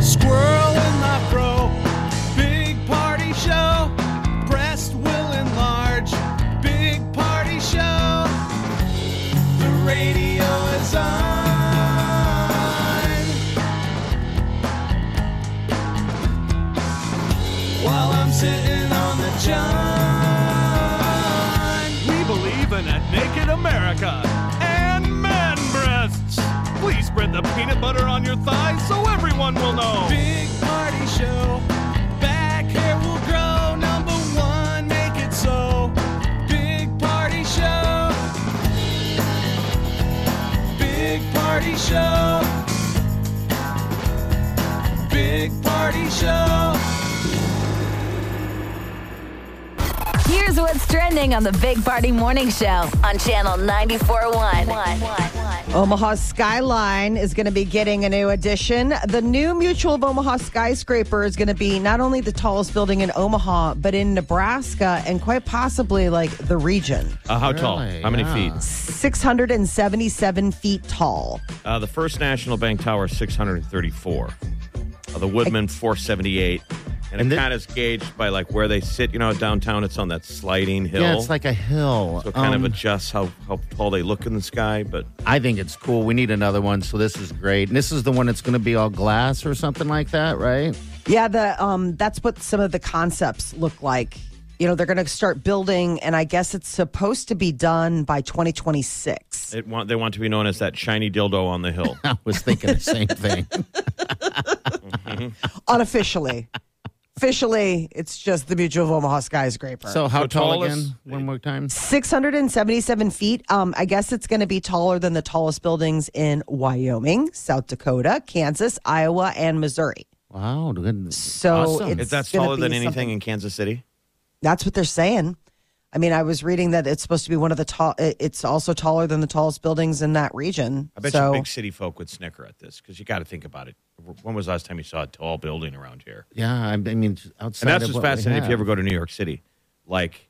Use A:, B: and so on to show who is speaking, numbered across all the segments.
A: Squirrel in my fro, big party show. Breast will enlarge, big party show. The radio is on. While I'm sitting on the john.
B: We believe in a naked America and man breasts. Please spread the peanut butter on your thighs so everyone will know.
A: Big party show. Back hair will grow. Number one, make it so. Big party show. Big party show. Big party show.
C: Here's what's trending on the Big Party Morning Show on Channel 94.1.
D: Omaha Skyline is going to be getting a new addition. The new Mutual of Omaha skyscraper is going to be not only the tallest building in Omaha, but in Nebraska and quite possibly like the region.
B: Uh, how tall? How many feet?
D: 677 feet tall.
B: Uh, the First National Bank Tower, 634. Uh, the Woodman, 478. And,
E: And
B: it
E: thi-
B: kind of is gauged by like where they sit. You know, downtown, it's on that sliding hill.
E: Yeah, it's like a hill.
B: so it kind of
E: Um,
B: adjusts how, how tall they look in the sky. But
E: I think it's cool. We need another one, so this is great. And this is the one that's going to be all glass or something like that, right?
D: Yeah, the um, that's what some of the concepts look like. You know, they're going to start building, and I guess it's supposed to be done by 2026.
B: it want, they want to be known as that shiny dildo on the hill.
E: I was thinking the same thing.
D: Unofficially. Officially, it's just the Mutual of Omaha skyscraper.
E: So how
B: So
E: tall,
B: tall is-
E: again? One more time.
D: 677 feet. Um, I guess it's going to be taller than the tallest buildings in Wyoming, South Dakota, Kansas, Iowa, and Missouri.
E: Wow. good.
D: So
E: Awesome.
D: it's
B: Is that
D: gonna
B: taller
D: be
B: than anything
D: something-
B: in Kansas City?
D: That's what they're saying. I mean, I was reading that it's supposed to be one of the tall. it- It's also taller than the tallest buildings in that region.
B: I bet
D: so
B: you big city folk would snicker at this because you got to think about it. When was the last time you saw a tall building around here?
E: yeah, I, I mean, outside
B: And that's
E: of
B: just
E: what we
B: fascinating. If you
E: have.
B: ever go to New York City, like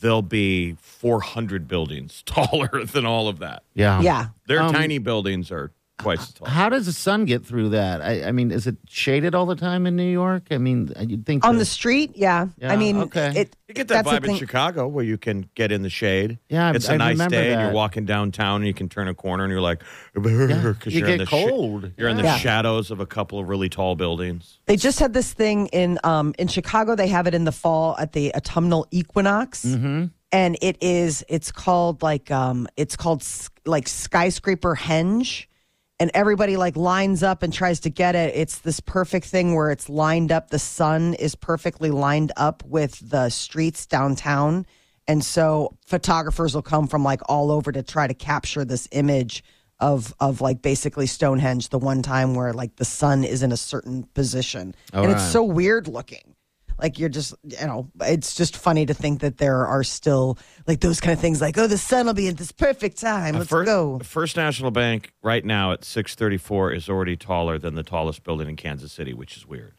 B: there'll be 400 buildings taller than all of that.
E: Yeah.
D: yeah,
B: Their
E: Um,
B: tiny buildings are twice as tall.
E: How does the sun get through that? I, I mean, is it shaded all the time in New York? I mean, uh, you'd think
D: on
E: that-
D: the street. Yeah, I
E: Yeah,
D: mean,
E: okay.
D: it,
B: You get that
D: that's the
B: vibe in
D: thing.
B: Chicago where you can get in the shade.
E: Yeah, I-
B: it's a
E: I
B: nice
E: remember
B: day, and you're
E: that.
B: walking downtown, and you can turn a corner, and you're like, because
E: you
B: are in
E: get
B: the sh-
E: cold.
B: you're in the
D: Yeah.
B: shadows of a couple of really tall buildings.
D: They just had this thing in um, in Chicago. They have it in the fall at the autumnal equinox,
B: Mm-hmm.
D: and it is it's called like um, it's called s- like skyscraper henge, and everybody like lines up and tries to get it. It's this perfect thing where it's lined up. The sun is perfectly lined up with the streets downtown, and so photographers will come from like all over to try to capture this image of of like basically Stonehenge, the one time where like the sun is in a certain position, and it's so weird looking. Like you're just, you know, it's just funny to think that there are still like those kind of things, like oh, the sun will be at this perfect time. Let's
B: First,
D: go.
B: First National Bank right now at 634 is already taller than the tallest building in Kansas City, which is weird.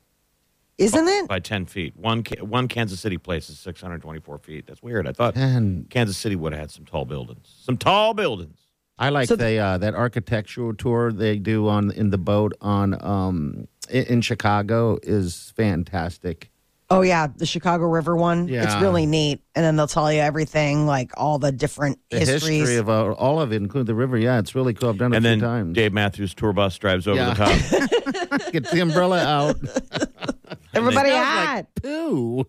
D: Isn't it?
B: By 10 feet. One, Ca- one Kansas City place is 624 feet. That's weird. I thought
E: And
B: Kansas City would have had some tall buildings. Some tall buildings.
E: I like
D: So
E: the uh, that architectural tour they do on in the boat on um, in, in Chicago is fantastic.
D: Oh yeah, the Chicago River one. It's
E: Yeah.
D: really neat, and then they'll tell you everything, like all the different
E: The
D: histories.
E: history of uh, all of it, including the river. Yeah, it's really cool. I've done it
B: and
E: a
B: then
E: few times.
B: Dave Matthews' tour bus drives over
E: Yeah.
B: the top.
E: Get the umbrella out.
D: Everybody
E: Smells
D: had.
E: like poo.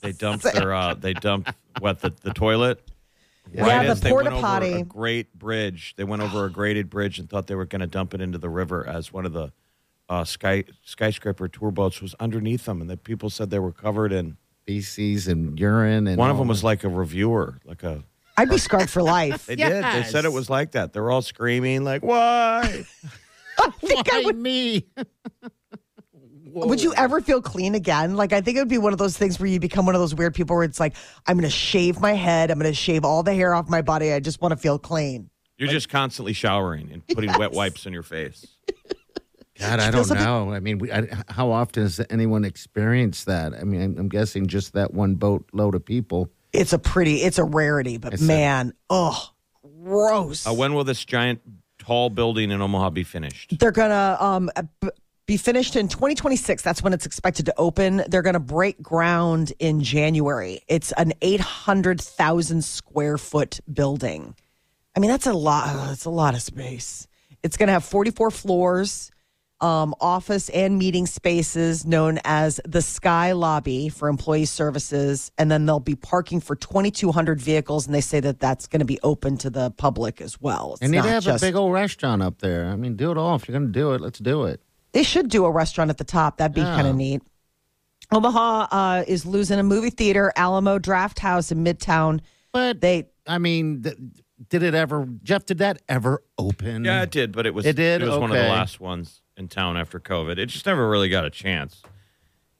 B: they dumped their, uh, they dumped, what, the, the toilet?
D: Yeah, the
B: as they
D: porta
B: went Over a
D: potty.
B: great bridge. They went over a graded bridge and thought they were going to dump it into the river as one of the uh, sky skyscraper tour boats was underneath them, and the people said they were covered in.
E: Feces and urine and
B: One of
E: all
B: them was
E: that.
B: like a reviewer, like a
D: I'd be scarred for life.
B: They did. They said it
E: Yes.
B: was like that. They were all screaming, like, why?
E: Why me?
D: Would you ever feel clean again? Like, I think it would be one of those things where you become one of those weird people where it's like, I'm going to shave my head. I'm going to shave all the hair off my body. I just want to feel clean.
B: You're just constantly showering and putting wet wipes in your face.
E: God, I don't know. I mean, we, I, how often has anyone experienced that? I mean, I'm, I'm guessing just that one boat load of people.
D: It's a pretty, it's a rarity, but man, oh, gross.
B: Uh, when will this giant, tall building in Omaha be finished?
D: They're going to um, b- be finished in 2026. That's when it's expected to open. They're going to break ground in January. It's an 800,000 square foot building. I mean, that's a lot. ugh, It's a lot of space. It's going to have 44 floors, um, office and meeting spaces known as the Sky Lobby for employee services. And then there'll be parking for 2,200 vehicles. And they say that that's going to be open to the public as well. It's
E: And they
D: not
E: have
D: just-
E: a big old restaurant up there. I mean, do it all. If you're going to do it, let's do it.
D: They should do a restaurant at the top. That'd be kind
B: Oh.
D: of neat. Omaha uh, is losing a movie theater, Alamo Draft House in Midtown.
E: But
D: They
E: I mean, th- did it ever, Jeff? Did that ever open?
B: Yeah, it did, but Mm. it was
E: It did?
B: It was one of the
E: Okay.
B: last ones in town after COVID. It just never really got a chance.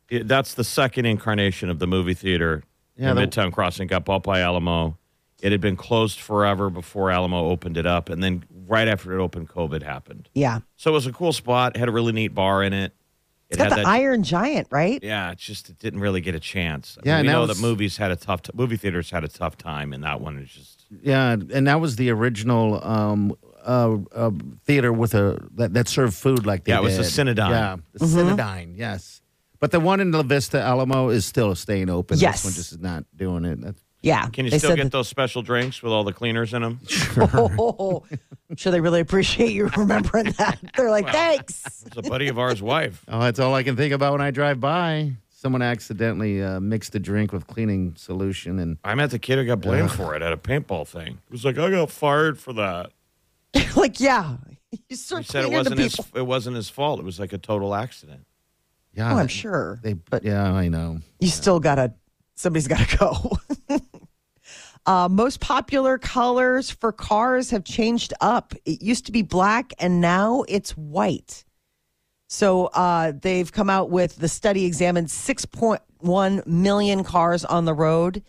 B: It- that's the second incarnation of the movie theater.
E: Yeah,
B: in
E: the-
B: Midtown Crossing got bought by Alamo. It had been closed forever before Alamo opened it up, and then right after it opened, COVID happened.
D: yeah.
B: So it was a cool spot. Had a really neat bar in it. It
D: It's got the Iron Giant, right?
B: Yeah, it's just it didn't really get a chance. I
E: Yeah,
B: mean,
E: and
B: we
E: that
B: know
E: was-
B: that movies had a tough t- movie theaters had a tough time, and that one is just
E: Yeah, and that was the original um, uh, uh, theater with a that, that served food like they
B: Yeah, it was the
E: did.
B: Cinedine.
E: Yeah, the
D: Mm-hmm.
E: Cinedine. Yes, but the one in La Vista Alamo is still staying open.
D: Yes.
E: this one just is not doing it. That's,
D: Yeah.
B: can you
D: They
B: still
D: said
B: get
D: that-
B: those special drinks with all the cleaners in them?
D: Oh, I'm sure they really appreciate you remembering that. They're like, thanks.
B: It's a buddy of ours' wife.
E: oh, that's all I can think about when I drive by. Someone accidentally uh, mixed a drink with cleaning solution, and
B: I met the kid who got blamed for it at a paintball thing. He was like, I got fired for that.
D: like, yeah. You
B: He
D: serve
B: said
D: cleaner
B: it
D: to
B: wasn't his
D: people.
B: it wasn't his fault. It was like a total accident.
E: yeah,
D: Oh, I'm sure.
E: they. But yeah, I know.
D: you still gotta somebody's gotta go uh, most popular colors for cars have changed up it used to be black and now it's white so uh, they've come out with the study examined 6.1 million cars on the road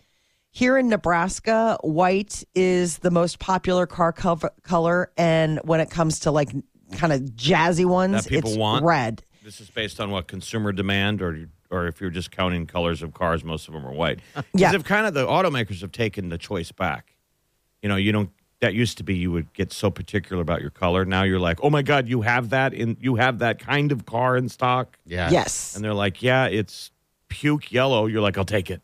D: here in nebraska white is the most popular car cover- color and when it comes to like kind of jazzy ones
B: That people
D: it's
B: want?
D: red
B: This is based on what consumer demand, or or if you're just counting colors of cars, most of them are white.
D: Yeah.
B: Because if kind of the automakers have taken the choice back, you know, you don't. That used to be you would get so particular about your color. Now you're like, oh my god, you have that in you have that kind of car in stock,
E: Yeah,
D: yes
B: and they're like, yeah, it's puke yellow. You're like, I'll take it.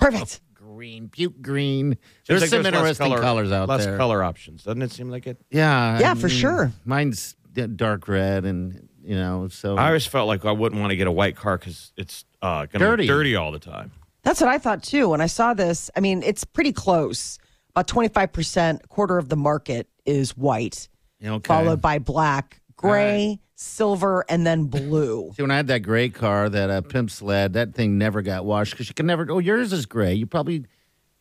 D: perfect
E: green, puke green.
B: Seems
E: There's
B: like
E: some
B: less
E: interesting
B: color-
E: colors out
B: less
E: there.
B: color options. Doesn't it seem like it?
E: Yeah,
D: Yeah, for sure.
E: Mine's d- dark red, and you know, so
B: I always felt like I wouldn't want to get a white car because it's uh, going to
E: Dirty.
B: be dirty all the time.
D: That's what I thought too. When I saw this, I mean, it's pretty close. About 25%, quarter of the market is white,
E: okay.
D: followed by black, gray, silver, and then blue.
E: See, when I had that gray car, that uh, pimp sled, that thing never got washed because you can never. Oh, yours is gray. You probably,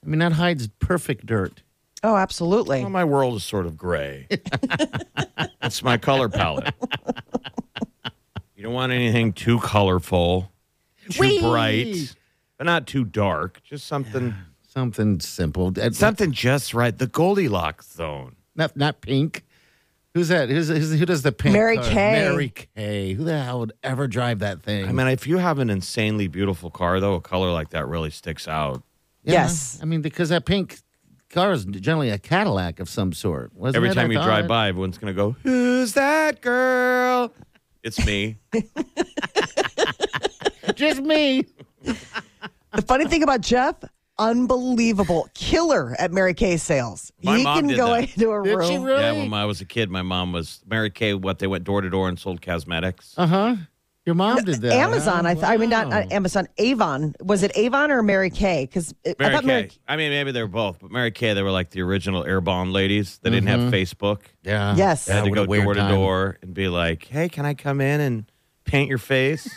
E: I mean, that hides perfect dirt.
D: oh, absolutely.
B: Well, my world is sort of gray. That's my color palette. You don't want anything too colorful, too
E: Whee!
B: bright, but not too dark. Just something,
E: Something simple. That-
B: something just right. The Goldilocks zone.
E: not not pink. Who's that? Who's, who's who does the pink?
D: Mary
E: car?
D: Kay.
E: Mary Kay. Who the hell would ever drive that thing?
B: I mean, if you have an insanely beautiful car, though, a color like that really sticks out.
E: Yeah.
D: Yes.
E: I mean, because that pink car is generally a Cadillac of some sort. Wasn't
B: Every
E: it?
B: time
E: I
B: you
E: thought.
B: drive by, everyone's going to go, Who's that girl? It's me.
E: just me.
D: The funny thing about Jeff, unbelievable killer at Mary Kay sales.
B: My
D: he
B: mom
D: can
B: did
D: go
B: that.
D: into a
E: Did
D: room.
E: she really?
B: Yeah, when I was a kid, my mom was Mary Kay. What they went door to door and sold cosmetics.
E: uh huh. Your mom did that.
D: Amazon,
E: huh?
D: I, th- I mean, not
E: Wow.
D: uh, Amazon, Avon. Was it Avon or Mary Kay? Because I
B: Mary
D: thought
B: Kay.
D: Mary
B: I mean, maybe they were both, but Mary Kay, they were like the original Airborne ladies. They didn't have Facebook.
E: Yeah.
D: Yes.
B: They had to
E: what
B: go
E: a weird
B: door to
E: time.
B: door and be like, "Hey, can I come in and paint your face?"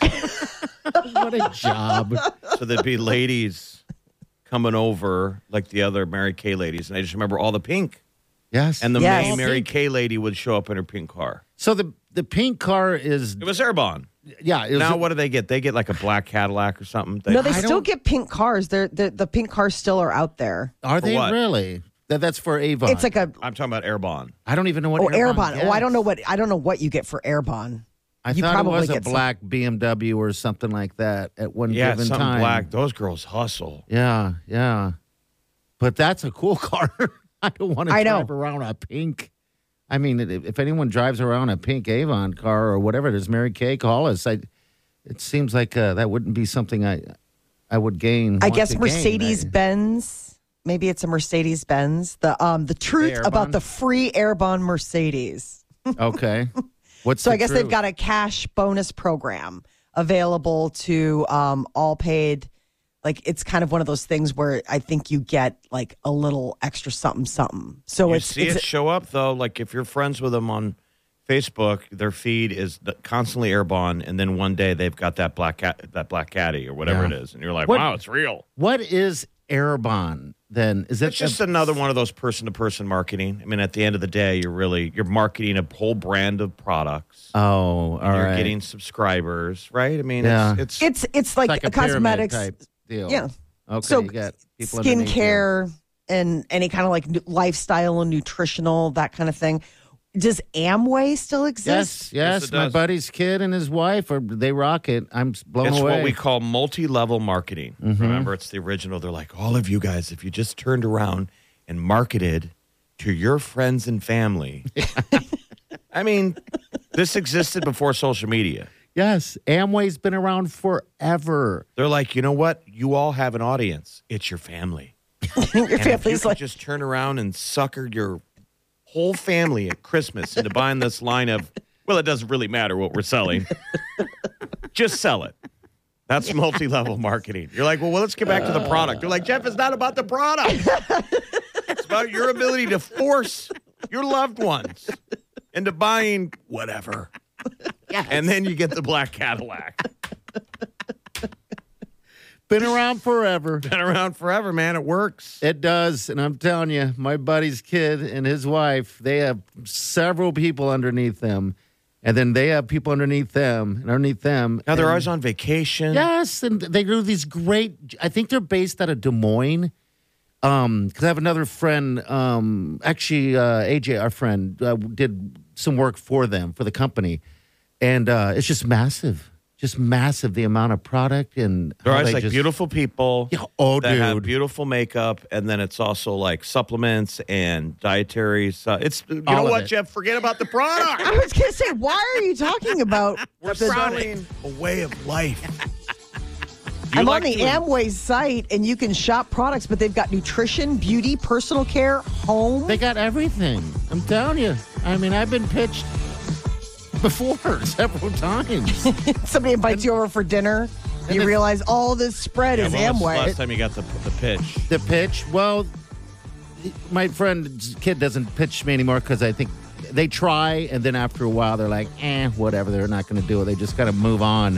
E: What a job.
B: so there'd be ladies coming over like the other Mary Kay ladies, and I just remember all the pink.
E: Yes.
B: And the
D: Yes.
B: main Mary Kay lady would show up in her pink car.
E: so the the pink car is
B: It was Erbon.
E: yeah. It was,
B: Now what do they get? They get like a black Cadillac or something. They,
D: No, they
E: I
D: still
E: don't-
D: get pink cars. They're, the the pink cars still are out there.
E: are
B: for
E: they
B: what?
E: really? That that's for Avon.
D: It's like a
B: I'm talking about Erbon.
E: I don't even know what
D: oh
E: Erebon
D: Airbon. Oh, I
E: gets.
D: don't know what I don't know what you get for Airbon.
E: I
D: you
E: thought it
D: probably
E: was a
D: get some-
E: black BMW or something like that at one
B: Yeah,
E: given
B: something
E: time.
B: black. Those girls hustle.
E: Yeah, yeah. But that's a cool car. I don't want to
D: I know.
E: drive around a pink. I mean, if if anyone drives around a pink Avon car or whatever it is, Mary Kay, call us. I, it seems like uh, that wouldn't be something I, I would gain.
D: I
E: want
D: guess
E: to gain.
D: Mercedes
E: I-
D: Benz. Maybe it's a Mercedes Benz. The um the truth
E: Airbon?
D: about the free Airbon Mercedes.
E: okay. What's
D: So
E: the
D: I guess
E: truth?
D: they've got a cash bonus program available to um all paid. Like it's kind of one of those things where I think you get like a little extra something something. So
B: you
D: it's
B: see
D: it's
B: it show up though. Like if you're friends with them on Facebook, their feed is the, constantly Airbon, and then one day they've got that black cat, that black caddy or whatever
E: Yeah.
B: it is, and you're like,
E: What-
B: wow, it's real.
E: What is Airbon then? Is that
B: It's just another one of those person to person marketing. I mean, at the end of the day, you're really you're marketing a whole brand of products.
E: Oh, all
B: and you're
E: right.
B: getting subscribers, right? I mean,
E: Yeah.
B: it's, it's
D: it's it's like,
E: like
D: a,
E: a pyramid
D: cosmetics
E: type deal.
D: Yeah.
E: Okay.
D: So,
E: you got people underneath you.
D: skincare and any kind of like nu- lifestyle and nutritional that kind of thing. Does Amway still exist?
E: Yes, yes.
B: it
E: my
B: does.
E: buddy's kid and his wife are they rock it. I'm s- blown
B: it's
E: away.
B: what we call multi-level marketing. Remember, it's the original. They're like, all of you guys, if you just turned around and marketed to your friends and family. I mean, this existed before social media.
E: yes, Amway's been around forever.
B: They're like, you know what? You all have an audience. It's your family.
D: Your
B: And if you
D: family's
B: could
D: like,
B: just turn around and sucker your whole family at Christmas into buying this line of, well, it doesn't really matter what we're selling. just sell it. That's multi-level marketing. You're like, well, well, let's get back to the product. You're like, Jeff, it's not about the product. it's about your ability to force your loved ones into buying whatever. And then you get the black Cadillac.
E: Been around forever.
B: Been around forever, man. It works.
E: It does, and I'm telling you, my buddy's kid and his wife, they have several people underneath them, and then they have people underneath them and underneath them.
B: Now they're
E: and-
B: always on vacation.
E: Yes, and they do these great. I think they're based out of Des Moines. Um, because I have another friend. Um, actually, uh, AJ, our friend, uh, did some work for them for the company, and uh, it's just massive, just massive. The amount of product and
B: They're
E: how
B: always
E: they
B: like
E: just-
B: beautiful people.
E: Yeah, oh,
B: that have
E: dude.
B: beautiful makeup, and then it's also like supplements and dietary. Su- it's you
E: All
B: know
E: of
B: what,
E: it.
B: Jeff? Forget about the
D: I
B: product.
D: was going to say, why are you talking about?
B: We're
D: the-
B: selling a way of life. You
D: I'm
B: like
D: on the
B: to-
D: Amway site and you can shop products, but they've got nutrition, beauty, personal care, home.
E: They got everything. I'm telling you. I mean, I've been pitched before several times.
D: Somebody invites you over for dinner. You
E: then-
D: realize all this spread
B: Yeah,
D: is
B: when was the
D: Amway.
B: Last time you got the the pitch.
E: the pitch. Well, my friend's kid doesn't pitch me anymore because I think they try, and then after a while, they're like, eh, whatever. They're not going to do it. They just got to move on.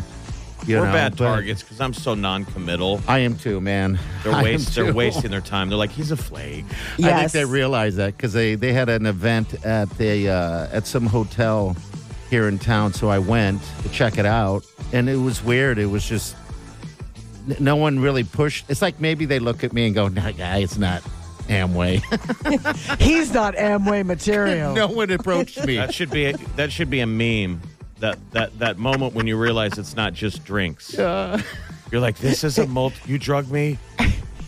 E: you
B: We're
E: know,
B: bad
E: but-
B: targets because I'm so non-committal.
E: I am too, man. I
B: They're
E: am
B: waste. They're
E: too.
B: wasting their time. They're like, he's a flake.
E: I think
D: Yes.
E: they realize that because they, they had an event at the uh, at some hotel here in town, so I went to check it out, and it was weird. It was just n- no one really pushed. It's like maybe they look at me and go, "Nah, guy, it's not Amway."
D: He's not Amway material.
E: no one approached me.
B: That should be a, that should be a meme. That that that moment when you realize it's not just drinks. You're like, this is a multi. You drug me.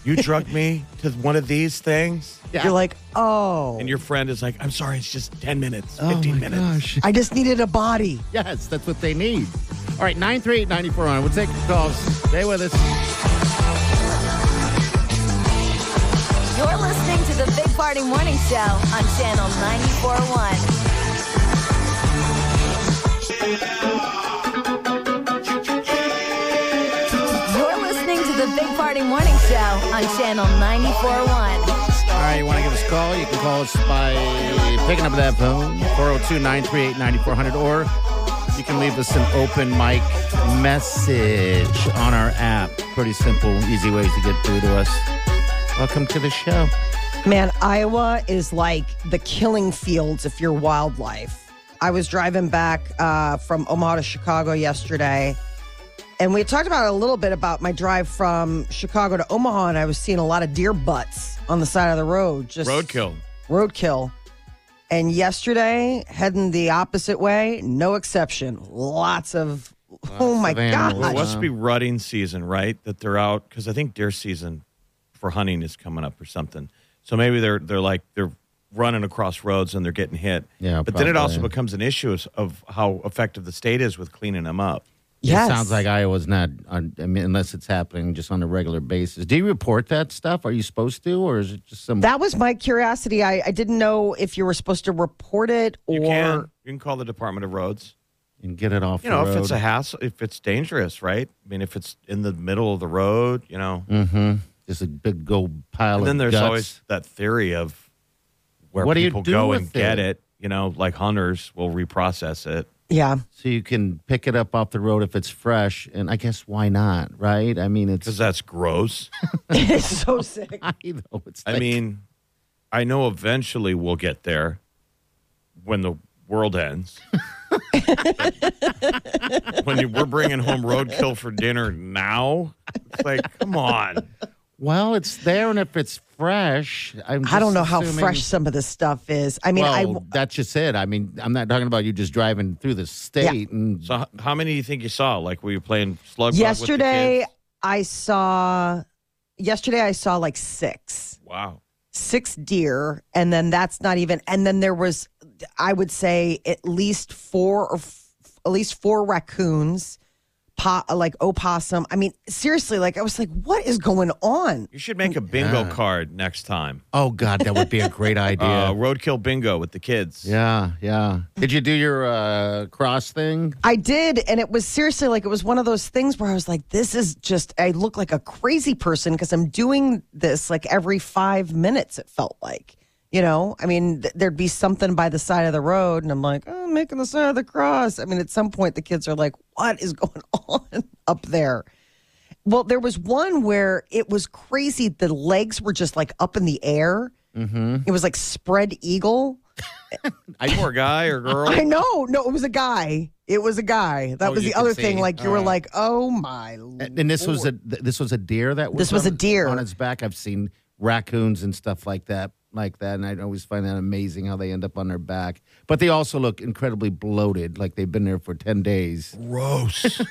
B: You drug me to one of these things,
D: You're like, oh,
B: and your friend is like, I'm sorry, it's just ten minutes,
E: Oh
B: fifteen
E: my
B: minutes.
E: gosh.
D: I just needed a body.
E: Yes, that's what they need. All right, 938 9400. We'll take your calls. Stay with us.
C: You're listening to the Big Party Morning Show on Channel 941. You're listening to the Big Party Morning Show on Channel 941.
E: All right, you want to give us a call? You can call us by picking up that phone, 402 938 9400, or you can leave us an open mic message on our app. Pretty simple, easy ways to get through to us. Welcome to the show.
D: Man, Iowa is like the killing fields if you're wildlife. I was driving back uh, from Omaha to Chicago yesterday, and we had talked about it a little bit about my drive from Chicago to Omaha, and I was seeing a lot of deer butts on the side of the road. Just
B: Roadkill.
D: Roadkill. And yesterday, heading the opposite way, no exception. Lots of, oh my
E: of animals.
B: Well, it
D: gosh.
B: must be rutting season, right? That they're out because I think deer season for hunting is coming up or something. So maybe they're they're like they're running across roads and they're getting hit.
E: Yeah,
B: but then it
E: probably,
B: also
E: yeah.
B: becomes an issue is- of how effective the state is with cleaning them up.
D: Yes.
E: It sounds like Iowa's not, on, I mean, unless it's happening just on a regular basis. Do you report that stuff? Are you supposed to, or is it just some?
D: That was my curiosity. I, I didn't know if you were supposed to report it or
B: You can you can call the Department of Roads.
E: and get it off.
B: You
E: the
B: know,
E: road.
B: if it's a hassle, if it's dangerous, right? I mean, if it's in the middle of the road, you know.
E: just a big gold pile.
B: And
E: of
B: then there's
E: Mm. guts.
B: always that theory of where
E: What do you
B: people
E: do
B: go
E: with
B: and get
E: it?
B: it. You know, like hunters will reprocess it.
D: yeah.
E: so you can pick it up off the road if it's fresh, and I guess why not, right? I mean,
B: Because
E: it's
B: that's gross.
D: it's so sick.
E: I know it's.
B: I
E: like-
B: mean, I know eventually we'll get there when the world ends. when you, we're bringing home roadkill for dinner now, it's like, come on.
E: well, it's there, and if it's fresh, I'm.
D: I don't
E: just
D: know how
E: assuming-
D: fresh some of this stuff is. I mean,
E: well, that's just it. I mean, I'm not talking about you just driving through the state and
B: So, h- how many do you think you saw? Like, were you playing slug
D: I
B: bug with the
D: yesterday
B: kids?
D: I saw yesterday I saw like six,
B: Wow.
D: six deer, and then that's not even. And then there was, I would say, at least four or f- at least four raccoons, po- like opossum. I mean, seriously, like I was like, what is going on?
B: You should make a bingo card next time.
E: oh god, that would be a great idea.
B: Uh, roadkill bingo with the kids.
E: yeah, yeah. Did you do your uh, cross thing?
D: I did, and it was seriously like it was one of those things where I was like, "This is just." I look like a crazy person because I'm doing this like every five minutes. It felt like, you know, I mean, th- there'd be something by the side of the road, and I'm like, oh, "I'm making the sign of the cross." I mean, at some point, the kids are like, "What is going on up there?" Well, there was one where it was crazy. The legs were just like up in the air. Mm-hmm. It was like spread eagle.
B: I, poor guy or girl.
D: I know. No, it was a guy. It was a guy. That
E: Oh,
D: was
E: you
D: the
E: can
D: other
E: see.
D: thing. Like you
E: All
D: were
E: right.
D: like, oh my. lord.
E: And this was a th- this was a deer that was
D: This was
E: on-
D: a deer.
E: on its back. I've seen raccoons and stuff like that, like that, and I always find that amazing how they end up on their back. But they also look incredibly bloated, like they've been there for ten days.
B: Gross.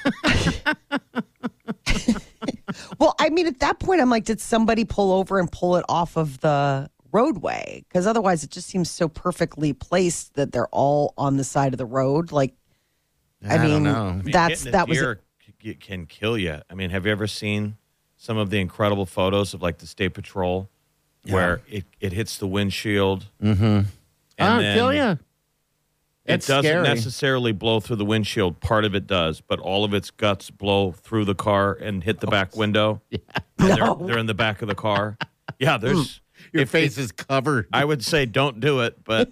D: well, I mean, at that point, I'm like, did somebody pull over and pull it off of the roadway? Because otherwise, it just seems so perfectly placed that they're all on the side of the road. Like, I,
E: don't
D: mean,
E: know.
B: I mean,
D: that's
B: getting a
D: that was.
B: deer c- can kill you. I mean, have you ever seen some of the incredible photos of like the state patrol where it, it hits the windshield? Mm-hmm. Ah,
E: I'll kill you.
B: It
E: It's
B: doesn't
E: scary.
B: necessarily blow through the windshield. Part of it does, but all of its guts blow through the car and hit
E: Oh,
B: the back window. And they're- they're, in the back of the car. Yeah, there's.
E: Your
B: if-
E: face is covered.
B: I would say don't do it, but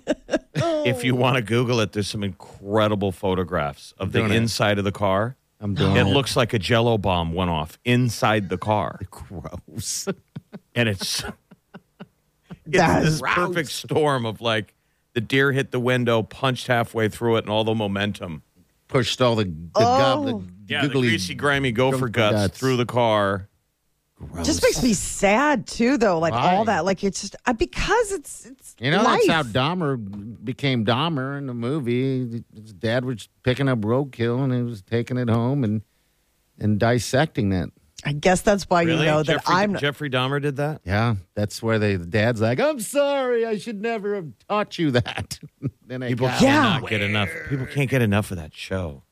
B: if you want to Google it, there's some incredible photographs of the
E: Doing it.
B: inside of the car.
E: I'm doing
B: It looks like a jello bomb went off inside the car.
E: gross.
B: And it's, it's
D: That's
B: this perfect storm of like the deer hit the window, punched halfway through it, and all the momentum.
E: Pushed all the, the gob-
D: Oh.
E: the
B: Yeah,
E: googly-
B: the greasy, grimy gopher
E: gopher
B: guts,
E: guts.
B: through the car.
D: just makes me sad too, though. Like all
E: Why?
D: that, like it's just I- because it's it's
E: You know
D: life.
E: that's how Dahmer became Dahmer in the movie. His dad was picking up roadkill and he was taking it home and and dissecting it.
D: I guess that's why you
B: Really?
D: know that
B: Jeffrey,
D: I'm not.
B: Jeffrey Dahmer did that?
E: Yeah, that's where they, the dad's like, "I'm sorry, I should never have taught you that." then I
B: People
E: got-
D: Yeah.
B: cannot get enough. People can't get enough of that show.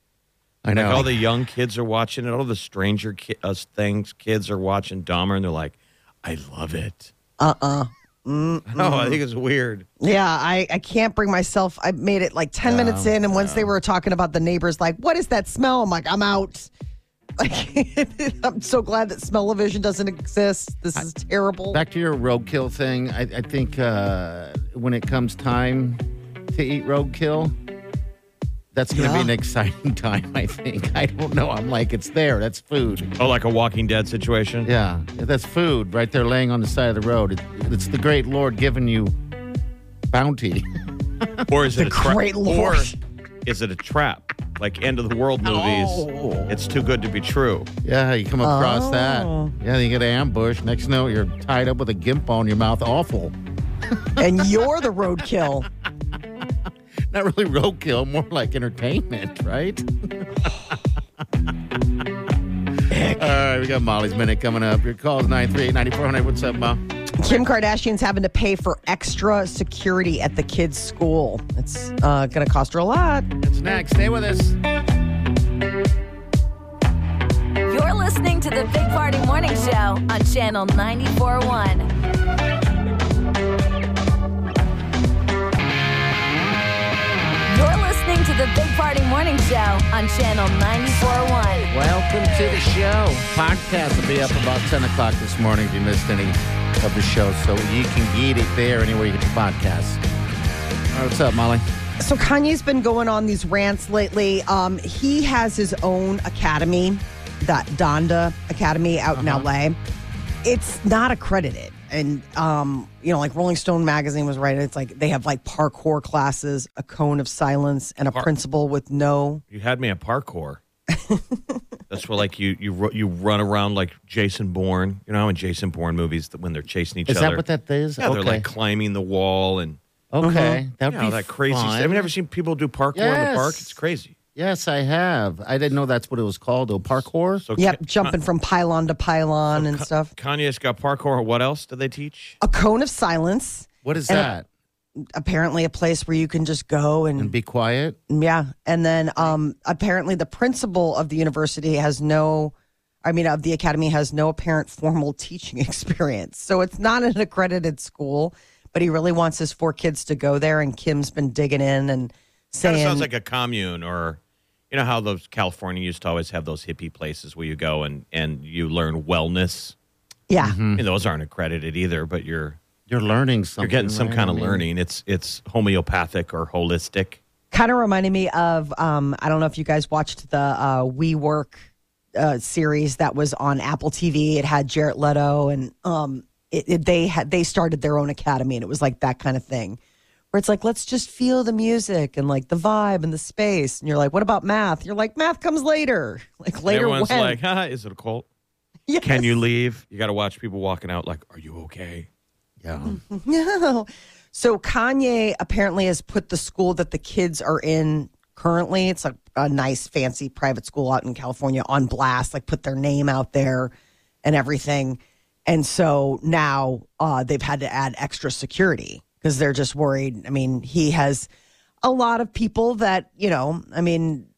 E: I know.
B: Like all the young kids are watching it. All the stranger ki- uh, things kids are watching Dahmer, and they're like, "I love it."
D: Uh-uh.
B: Uh uh No, I think it's weird.
D: Yeah, I, I can't bring myself. I made it like 10 minutes in, and once they were talking about the neighbors, like, what is that smell? I'm like, I'm out. Like, I'm so glad that smell-o-vision doesn't exist. This is terrible.
E: Back to your roadkill thing. I, I think uh, when it comes time to eat roadkill, That's going to
D: Yeah.
E: be an exciting time, I think. I don't know. I'm like, it's there. That's food.
B: Oh, like a Walking Dead situation?
E: Yeah, that's food right there laying on the side of the road. It, it's the great Lord giving you bounty.
B: Or is it a trap?
D: great Lord.
B: Is it a trap? Like end of the world movies. It's too good to be true.
E: Yeah, you come across that.
D: Oh.
E: Yeah, you get ambushed. Next note, you're tied up with a gimp on your mouth. Awful.
D: and you're the roadkill.
E: Not really roadkill, more like entertainment, right? All right, we got Molly's Minute coming up. Your call is 938-9400. What's up, Ma?
D: Kim Kardashian's having to pay for extra security at the kids' school. It's uh, going to cost her a lot.
E: It's next. Stay with us.
C: You're listening to the Big Party Morning Show on Channel 94.1. You're listening to the Big Party Morning Show on Channel 94.1.
E: Welcome to the show. Podcast will be up about 10 o'clock this morning if you missed any of the show. So you can get it there anywhere you get your podcasts. All right, what's up, Molly?
D: So Kanye's been going on these rants lately. Um, he has his own academy, that Donda Academy out
B: Uh-huh.
D: in LA. It's not accredited. And, um, you know, like Rolling Stone magazine was right. It's like they have like parkour classes, a cone of silence, and a principal with no.
B: You had me at parkour. That's where like you you ru- you run around like Jason Bourne. You know how in Jason Bourne movies that when they're chasing each
E: Is
B: other.
E: that what that is?
B: Yeah, they're like climbing the wall and
E: okay.
B: you
E: That would
B: know,
E: be
B: that crazy.
E: Fun.
B: Stuff. Have you ever seen people do parkour in the park?
E: Yes.
B: It's crazy.
E: Yes, I have. I didn't know that's what it was called, though. Parkour?
B: So
D: Yep,
B: Ka-
D: jumping from pylon to pylon and stuff.
B: Kanye's got parkour. What else do they teach?
D: A cone of silence,
E: what is
D: And-
E: that?
D: apparently a place where you can just go and
E: And be quiet?
D: Yeah, and then um, apparently the principal of the university has no, I mean, of the academy has no apparent formal teaching experience. So it's not an accredited school, but he really wants his four kids to go there. And Kim's been digging in and
B: Kind of
D: saying,
B: sounds like a commune, or you know how those California used to always have those hippie places where you go and and you learn wellness.
D: yeah,
B: I
E: Hmm.
B: mean, those aren't accredited either, but you're
E: You're learning something.
B: you're getting some
E: right?
B: kind
E: I
B: of
E: mean,
B: learning. It's it's homeopathic or holistic.
D: kind of reminded me of um, I don't know if you guys watched the uh, We Work uh, series that was on Apple TV. It had Jarrett Leto, and um, it, it, they had they started their own academy, and it was like that kind of thing, where it's like let's just feel the music and like the vibe and the space. And you're like, what about math? You're like, math comes later. Like later
B: Everyone's
D: when?
B: like, Haha, is it a cult?
D: Yes.
B: Can you leave? You got to watch people walking out. Like, are you okay?
D: Hmm.
E: Yeah.
D: No. So Kanye apparently has put the school that the kids are in currently. It's a, a nice, fancy private school out in California on blast. Like put their name out there and everything. And so now uh, they've had to add extra security because they're just worried. I mean, he has a lot of people that you know. I mean,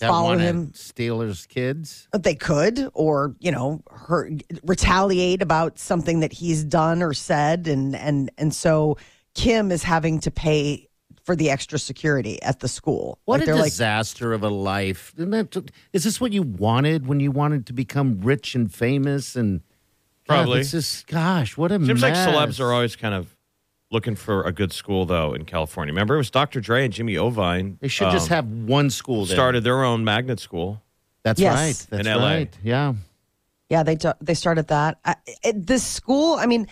E: That
D: follow
E: one at
D: him
E: Steelers kids?
D: they could or you know her, retaliate about something that he's done or said and and and so kim is having to pay for the extra security at the school
E: What
D: like
E: a
D: they're like
E: disaster of a life. Isn't that- Is this what you wanted when you wanted to become rich and famous? And God,
B: Probably.
E: it's just, gosh, what a
B: Seems like
E: mess.
B: celebs are always kind of looking for a good school though in California. Remember, it was Dr. Dre and Jimmy Ovine.
E: They should just
B: um,
E: have one school there.
B: started their own magnet school.
E: That's
D: Yes.
E: right. That's
B: In LA.
E: right. Yeah.
D: yeah they do, they started that I, it, this school i mean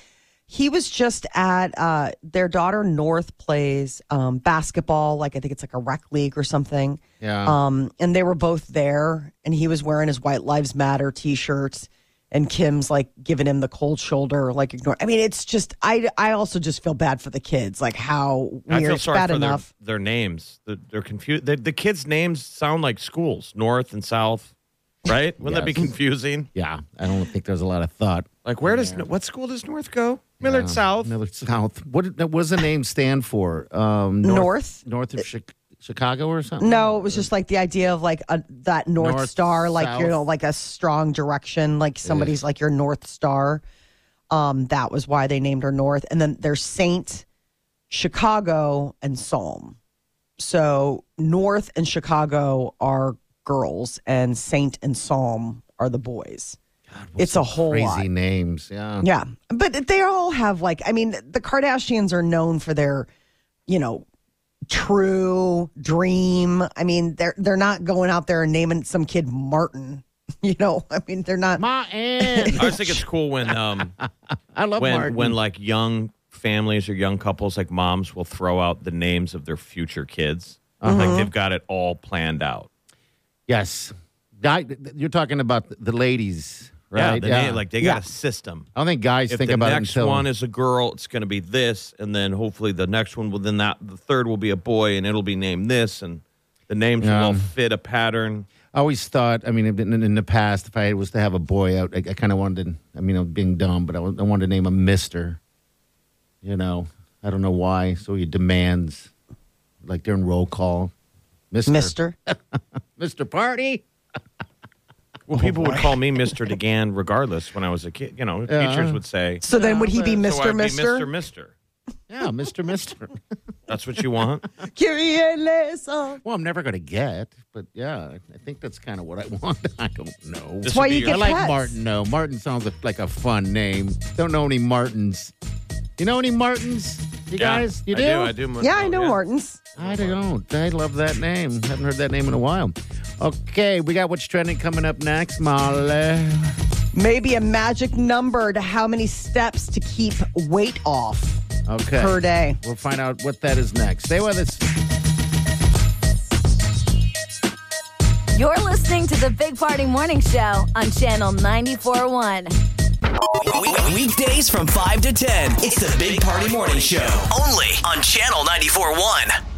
D: he was just at uh, their daughter north plays um, basketball like i think it's like a rec league or something
E: Yeah.
D: Um, and they were both there, and he was wearing his White Lives Matter t shirt, and Kim's like giving him the cold shoulder, like ignore. I mean, it's just I I also just feel bad for the kids, like how weird.
B: I feel
D: it's
B: sorry
D: bad
B: for
D: enough.
B: Their, their names. They're, they're confused. The, the kids' names sound like schools, North and South, right? Wouldn't that be
E: Yes.
B: confusing?
E: yeah. I don't think there's a lot of thought.
B: Like, where does what school does North go? Millard
E: Yeah.
B: South.
E: Millard South. What, did- what does the name stand for? Um,
D: North?
E: North of Chi- Chicago or something?
D: No, it was just like the idea of like a, that North,
E: North,
D: Star, like you
E: South.
D: know, like a strong direction, like somebody's like your North Star. Um, that was why they named her North, and then there's Saint, Chicago, and Psalm. So North and Chicago are girls, and Saint and Psalm are the boys. it's a whole
E: Crazy
D: lot.
E: names. Yeah.
D: Yeah, but they all have like I mean, the Kardashians are known for their, you know, True, Dream. I mean, they're they're not going out there and naming some kid Martin. You know, I mean, they're not.
E: Martin.
B: I always think it's cool when um
E: I love
B: when
E: Martin.
B: when like young families or young couples like moms will throw out the names of their future kids. Like they've got it all planned out.
E: yes, Guy- you're talking about the ladies,
B: Yeah,
E: right?
B: the Name, like they got a system.
E: I don't think guys
B: If
E: think
B: the
E: about
B: next
E: it until
B: one is a girl, it's going to be this, and then hopefully the next one will then that the third will be a boy, and it'll be named this, and the names will all fit a pattern.
E: I always thought, I mean, in, in the past, if I was to have a boy, I, I kind of wanted, to, I mean, I'm being dumb, but I, wa- I wanted to name him Mister. You know, I don't know why. So he demands, like during roll call, Mister,
D: Mister,
E: Mister Party.
B: Well, people would call me Mister DeGan regardless when I was a kid. You know,
E: Yeah.
B: teachers would say,
D: so then would he be
B: "So I'd
D: Mister
B: be Mister
D: Mister?
B: Mister."
E: Yeah, Mister Mister.
B: That's what you want.
D: Give me a lesson.
E: Well, I'm never going to get, but yeah, I- I think that's kind of what I want. I don't know.
B: This
D: That's why
B: would be
D: you
B: your-
E: I
D: get
E: like
D: pets.
E: Martin though. Martin sounds like a fun name. Don't know any Martins. You know any Martins?
B: Yeah,
E: You guys? You
B: I do. I do.
D: Yeah, I
B: Oh,
D: know Martins.
E: I don't. I love that name. Haven't heard that name in a while. Okay, we got what's trending coming up next, Molly.
D: Maybe a magic number to how many steps to keep weight off
E: Okay.
D: per day.
E: We'll find out what that is next. Stay with us.
C: You're listening to the Big Party Morning Show on Channel 941.
F: Weekdays from 5 to 10. It's the Big Party Morning Show. Only on Channel 94.1.